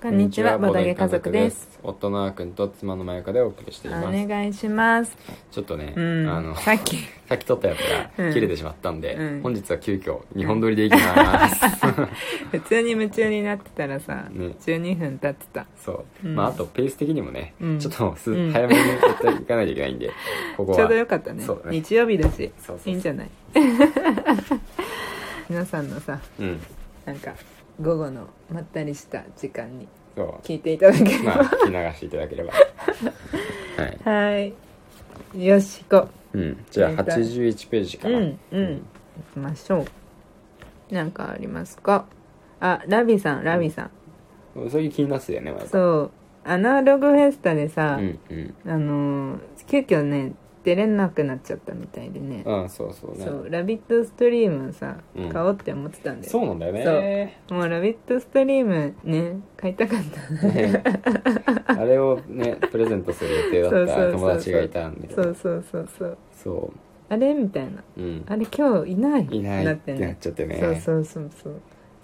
こんにちはボドゲ家族です。夫のあーくんと妻のまゆかでお送りしていおます。願いしますちょっとね、うんあの、 さっき さっき撮ったやつうがん切れてしまったんで、うん本日は急遽2本撮りでいき ます。普通に夢中になってたらさ、ね12分経ってたそうう。んまあ、あとペース的にもね、うんちょっとす、うん早めに撮っていかないといけな いんで、ここは。ちょうどよかったねそうだね日曜日だしそうそうそいういんじゃない 皆さんのさうん。なんか午後のまったりした時間にそう。聞いていただけれまあ、ば聞き流していただけ れば。はい。はいよし行こうん。じゃあ、81ページかうら。うんうん行きましょうなんかありますかあラビさんラビさん、うん。うさぎ気になってたよね、まゆか。そうアナログフェスタでさ、うんうん。あのー急遽ね出れなくなっちゃったみたいでね、うん、そうそうね。そう「ラビットストリーム」さ、うん買おうって思ってたんだそようなんだよね。もう「ラビットストリームね」買いたかったね あれをね、プレゼントする予定だっそうそうたそうそう友達がいたんで。そうそうそうそうそあれみたいなう。うん。あれ今日いないいないなっっててなっねちゃってね。そうそうそうそう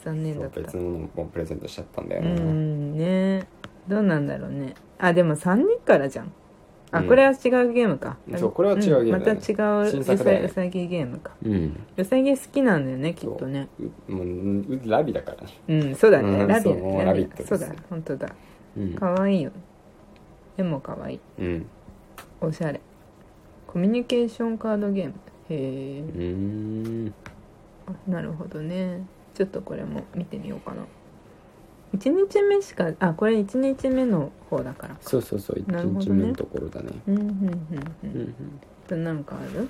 残念だっそうた別のものもプレゼントしちゃったんだようね。んねどうなんだろうねあでも3人からじゃんあ、うんこれは違うゲームかそうこれは違うゲームだねんまた違う新うさ作だよねうさぎゲームかうん。うさぎ好きなんだよねきっとねうもう、うラビだからね。うんそうだね、うんラビそだうもうララビだビットでそすうだ本当だうん。可愛いよ絵も可愛いうん。おしゃれコミュニケーションカードゲームへうーん。えなるほどねちょっとこれも見てみようかな1日目しかあこれ1日目の方だからそうそうそう、一なるほどね日目のところだね。うんうんううんんうんうんなんかある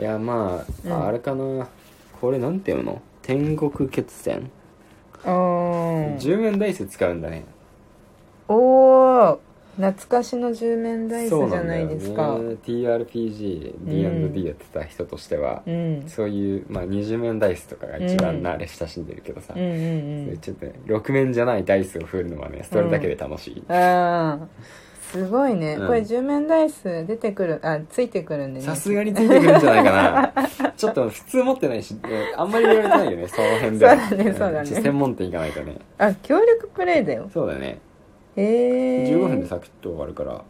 いや、まあ、うんああれかな。これなんていうの天国決戦あ ?10 面ダイス使うんだね。おお懐かしの十面ダイスじそうゃんだないよねですかう,、 TRPG、D&D やってた人としては、ん、そういう、まあ、20面ダイスとかが一番なあれ親しんでるけどさ、うんうんうんちょっとね6面じゃないダイスを振るのはねそれだけで楽しい、ああすごいね、うんこれ十面ダイス出てくるあついてくるんでねさすがについてくるんじゃないかなちょっと普通持ってないしうんあんまり言われてない よねその辺ではそうだねそうだねんちょっと専門店行かないとねあ協力プレイだよそうだねへえ15分でサクッと終わるから、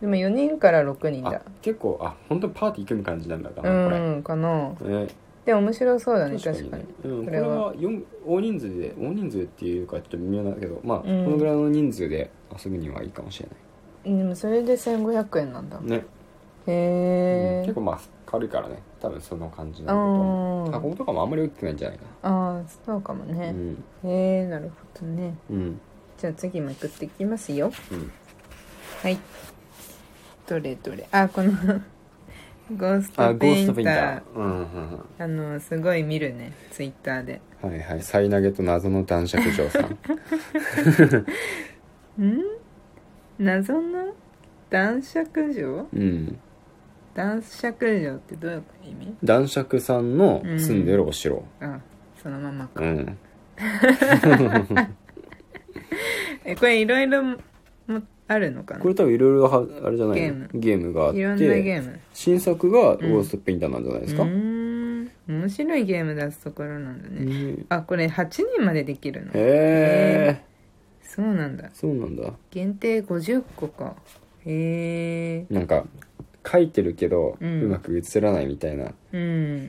でも4人から6人だあ結構あ本当にパーティー組む感じなんだかうな、これんかなね、でも面白そうだね確か確にかにね、うん、ここれれはは四大人数で大人数っていうかちょっと微妙だけどまあ、うんこのぐらいの人数で遊ぶにはいいかもしれないでもそれで1500円なんだね、へうんえ結構まあ軽いからね多分その感じあなのとー箱とかもあんまり大きくないんじゃないかあーそうかもなうね、んへえなるほどねうんじゃあ次めくっていきますようんはいどれどれあこの ゴースあトゴペーイスンタートペインターうんうんあのすごい見るねツイッターでうんはいはい「サイナゲと謎の男爵嬢さ ん謎の男爵嬢」うん男爵嬢ってどういう意味男爵さんの住んでるお城あそのままか、うんえこれいろいろもあるのかなこれ多分いろいろはあれじゃないゲームゲームがあっいろんなゲてーム新作が「ゴーストペインター」なんじゃないですか、うーん面白いゲーム出すところなんだね、ねあこれ8人までできるのへえそうなんだそうなんだ限定50個かへえなんか書いてるけど、ううんまく映らないみたいなうん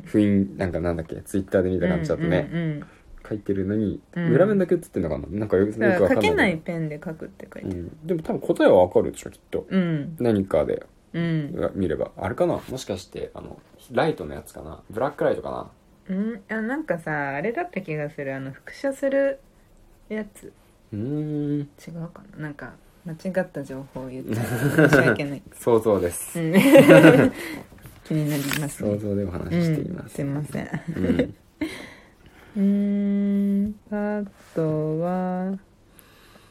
雰囲気なんかなんだっけツイッターで見た感じだとね、うんうんうん書いてるのに、うん裏面だけ映ってんのかななんかよよくわだかからん書ないけないペンで書くって書いてうあるん、でも多分答えはわかるでしょきっとうん何かでうん、う見ればあれかなもしかしてあのライトのやつかなブラックライトかなうん、あなんかさあれだった気がするあの複写するやつうーん違うかななんか間違った情報を言っちゃう申し訳ない、想像です、うん 気になりますね想像でお話ししています、うん、すいませんうんうーんあとは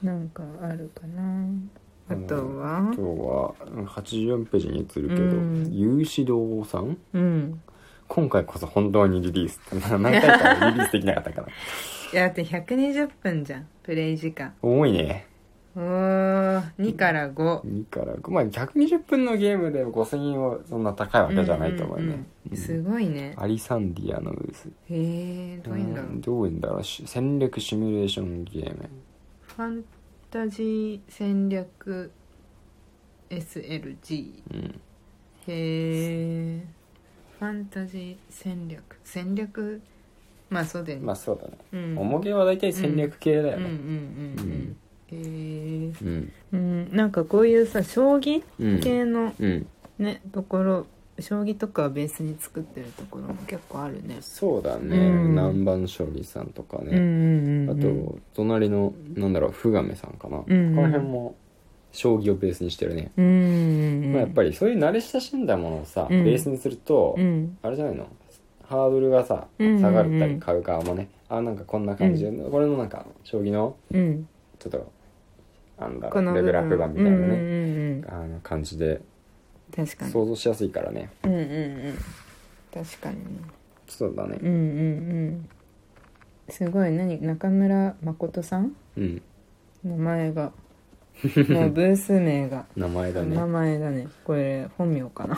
なんかあるかな あとは今日はうん84ページに映るけど、うん有志堂さんうん今回こそ本当にリリース 何回かリリースできなかったからいやだって120分じゃんプレイ時間重いねおー2から5 2から5まあ120分のゲームでも5000円はそんな高いわけじゃないと思うね、んんうんうんすごいねアリサンディアのウスへえどういうんだろうどういうんだろうし戦略シミュレーションゲームファンタジー戦略 SLG うんへえファンタジー戦略戦略まあそうだよね、まあそうだねうん、重げは大体戦略系だようんうねんうんうんへえうんうんなんかこういうさ将棋うん系のうんね、ところ将棋とかベースに作ってるところも結構あるねそうだねうん南蛮将棋さんとかうんねうんうんあうんと隣のなんだろうフガメさんかなこうんの辺も将棋をベースにしてるねうんうんまあやっぱりそういう慣れ親しんだものをさうベんースにするとうんあれじゃないのハードルがさうんうんうん下がったり買う側もねあなんかこんな感じでこれのなんか将棋のうんちょっとなんだころのう部レ分ベルアップ版みたいなうんねうんうん、あの感じで確かに想像しやすいからねうんうんうん確かにねそうだねうんうんうんすごい何中村誠さんうん名前 がもうブース名が名前だね名前だねこれ本名かな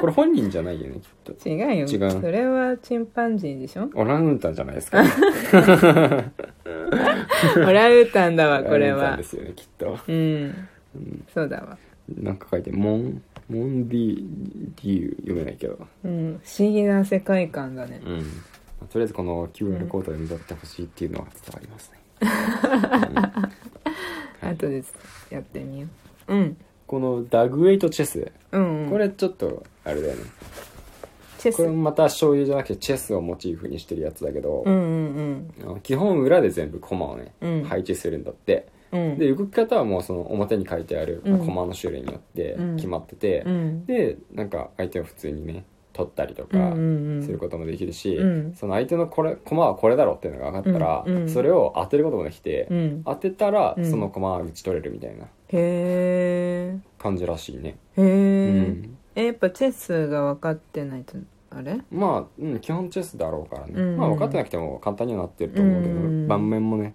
これ本人じゃないよねきっと違うよ違うそれはチンパンジーでしょオランウータンじゃない ですかオランウータンだ わこれオランウータンはですよねきっとうんそうだわなんか書いてモンモンディデュー読めないけどうん不思議な世界観だねうんとりあえずこの QR コードで見取ってほしいっていうのは伝わりますね、 うんはい後でやってみよううんこのダグエイトチェスうんうんこれちょっとあれだよねチェスこれもまた醤油じゃなくてチェスをモチーフにしてるやつだけど、うんうんあの基本裏で全部駒をね、うん配置するんだってうんで動き方はもうその表に書いてあるうん駒の種類によってうん決まってて、うんでなんか相手を普通にね取ったりとうんうかんうんすることもできるし、うんその相手のこれ駒はこれだろっていうのが分かったら、うんうんそれを当てることもできて、うん当てたらうんその駒は打ち取れるみたいなへ感じらしいね、えへうえん、えやっぱチェスが分かってないとあれまあ、うん、基本チェスだろうからね、うんまあ分かってなくても簡単にはなってると思うけど、うん盤面もね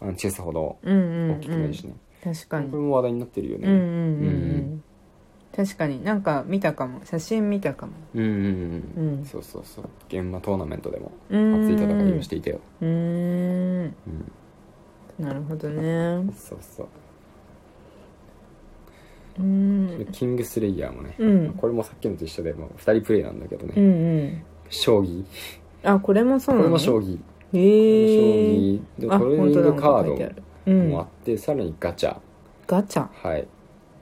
あのチェスほどうんうんう大きくなんいしね、確かにこうれんも話題になってるようんうんね、ううん確かになんか見たかも写真見たかもうん、うんううんんそうそうそう現場トーナメントでも熱熱い戦いをしていたよ、うーんうん、なるほどねそうそううでんキングスレイヤーもね、うんこれもさっきのと一緒でもう2人プレイなんだけどね、うんうん将棋あこれもこそうれなもの将棋、へえ将棋であトレーニングカ本当だ書いてあーるうドもあんって、さらにガチャガチャはい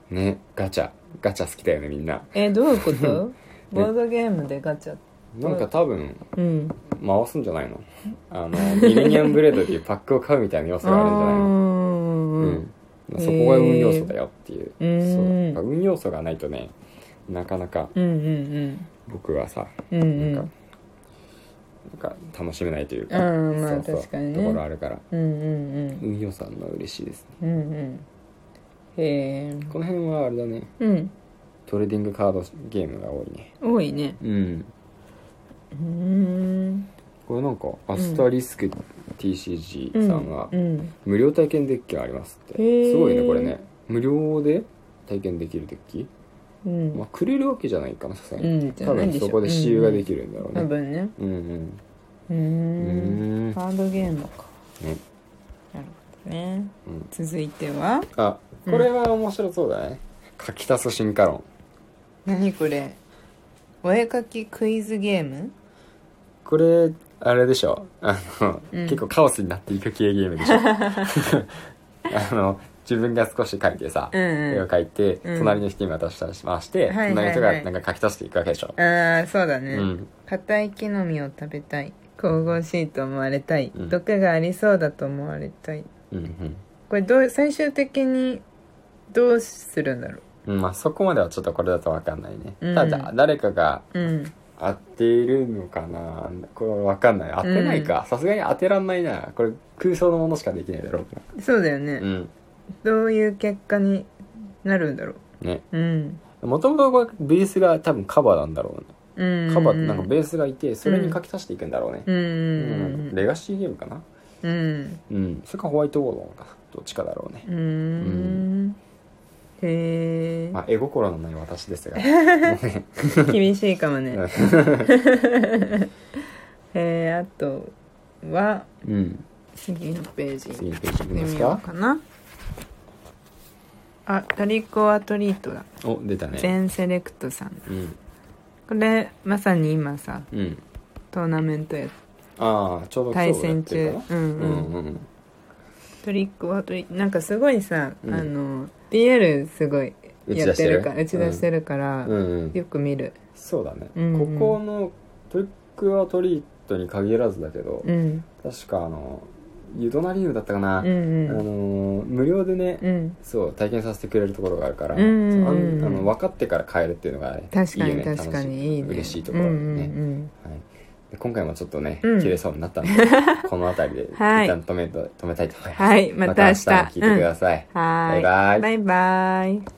ねガチャガチャ好きだよねみんなえどういうことボードゲームでガチャなんか多分うん回すんじゃないのあのミレニアムブレードっていうパックを買うみたいな要素があるんじゃないうのうんん、そこが運要素だよっていう、へそうーなんか運要素がないとねなかなかうんうん僕はさうんうんなうんんかなんか楽しめないというか、うんまあそうそう確かにねところあるからうんうん運要素あるのは嬉しいですねうんうんうんへえこの辺はあれだねうんトレーディングカードゲームが多いね多いねうんうーんこれなんかアスタリスク TCG さんはうん無料体験デッキがありますって、へーすごいねこれね無料で体験できるデッキ、うまんあ、くれるわけじゃないかなさすがうに、んじゃ多ないで分しょそこで私有ができるんだろう多ね分ねうんうんうーうんんカードゲームかねなるほどねうん続いてはあこれは面白そうだね書き足す進化論何これお絵かきクイズゲームこれあれでしょあの、うん結構カオスになっていく系ゲーム でしょあの自分が少し書いてさ、うんうん絵を描いて、うん隣の人に渡したりしましはて、いはいはい隣の人がなんか書き足していくわけでしょ、ああそうだうね、ん硬い木の実を食べたい神々しいと思われたい、うん毒がありそうだと思われたいうんこれどう最終的にどうするんだろうんまあそこまではちょっとこれだと分かんないね、うんただ誰かがううん当てるのかなこれ分かんない当てないかさすがに当てらんないなこれ空想のものしかできないだろうからそうだよね、うんどういう結果になるんだろねううんもともとこれベースが多分カバーなんだろうねうんカバーってなんかベースがいてそれに書き足していくんだろうね、うんううんレガシーゲームかなうんうんうんそれかホワイトボードなのかなどっちかだろうねう、んへえ、まあ、絵心のない私ですが厳しいか もねうんえー、あとはうん次のページ次のページいき見てまみすよかうかなあトリコアトリートだお出たね全セレクトさんうんこれまさに今さうんトーナメントやああちょうど今日対やっ戦てる中かなうんうん、うんうんトリックはトリなんかすごいさ、うんあの BL すごいやってるか打打ちち出出ししててるから、うんうんよく見るそうだね、うんうんここのトリック・ア・トリートに限らずだけど、うん確かあのユドナリウムだったかな、うんうあのんー無料でね、うんそう体験させてくれるところがあるから、うんうんうんそうあんあの分かってから帰るっていうのが、ね、確かいいによね確か楽にいいね嬉しいところだよね、うんはい、で今回もちょっとね、うん切れそうになっ たのでこの辺りで一はい旦止め,、止めたいと思います、はいまた明日も聞いてください、うん、はーいバイバイバイバイ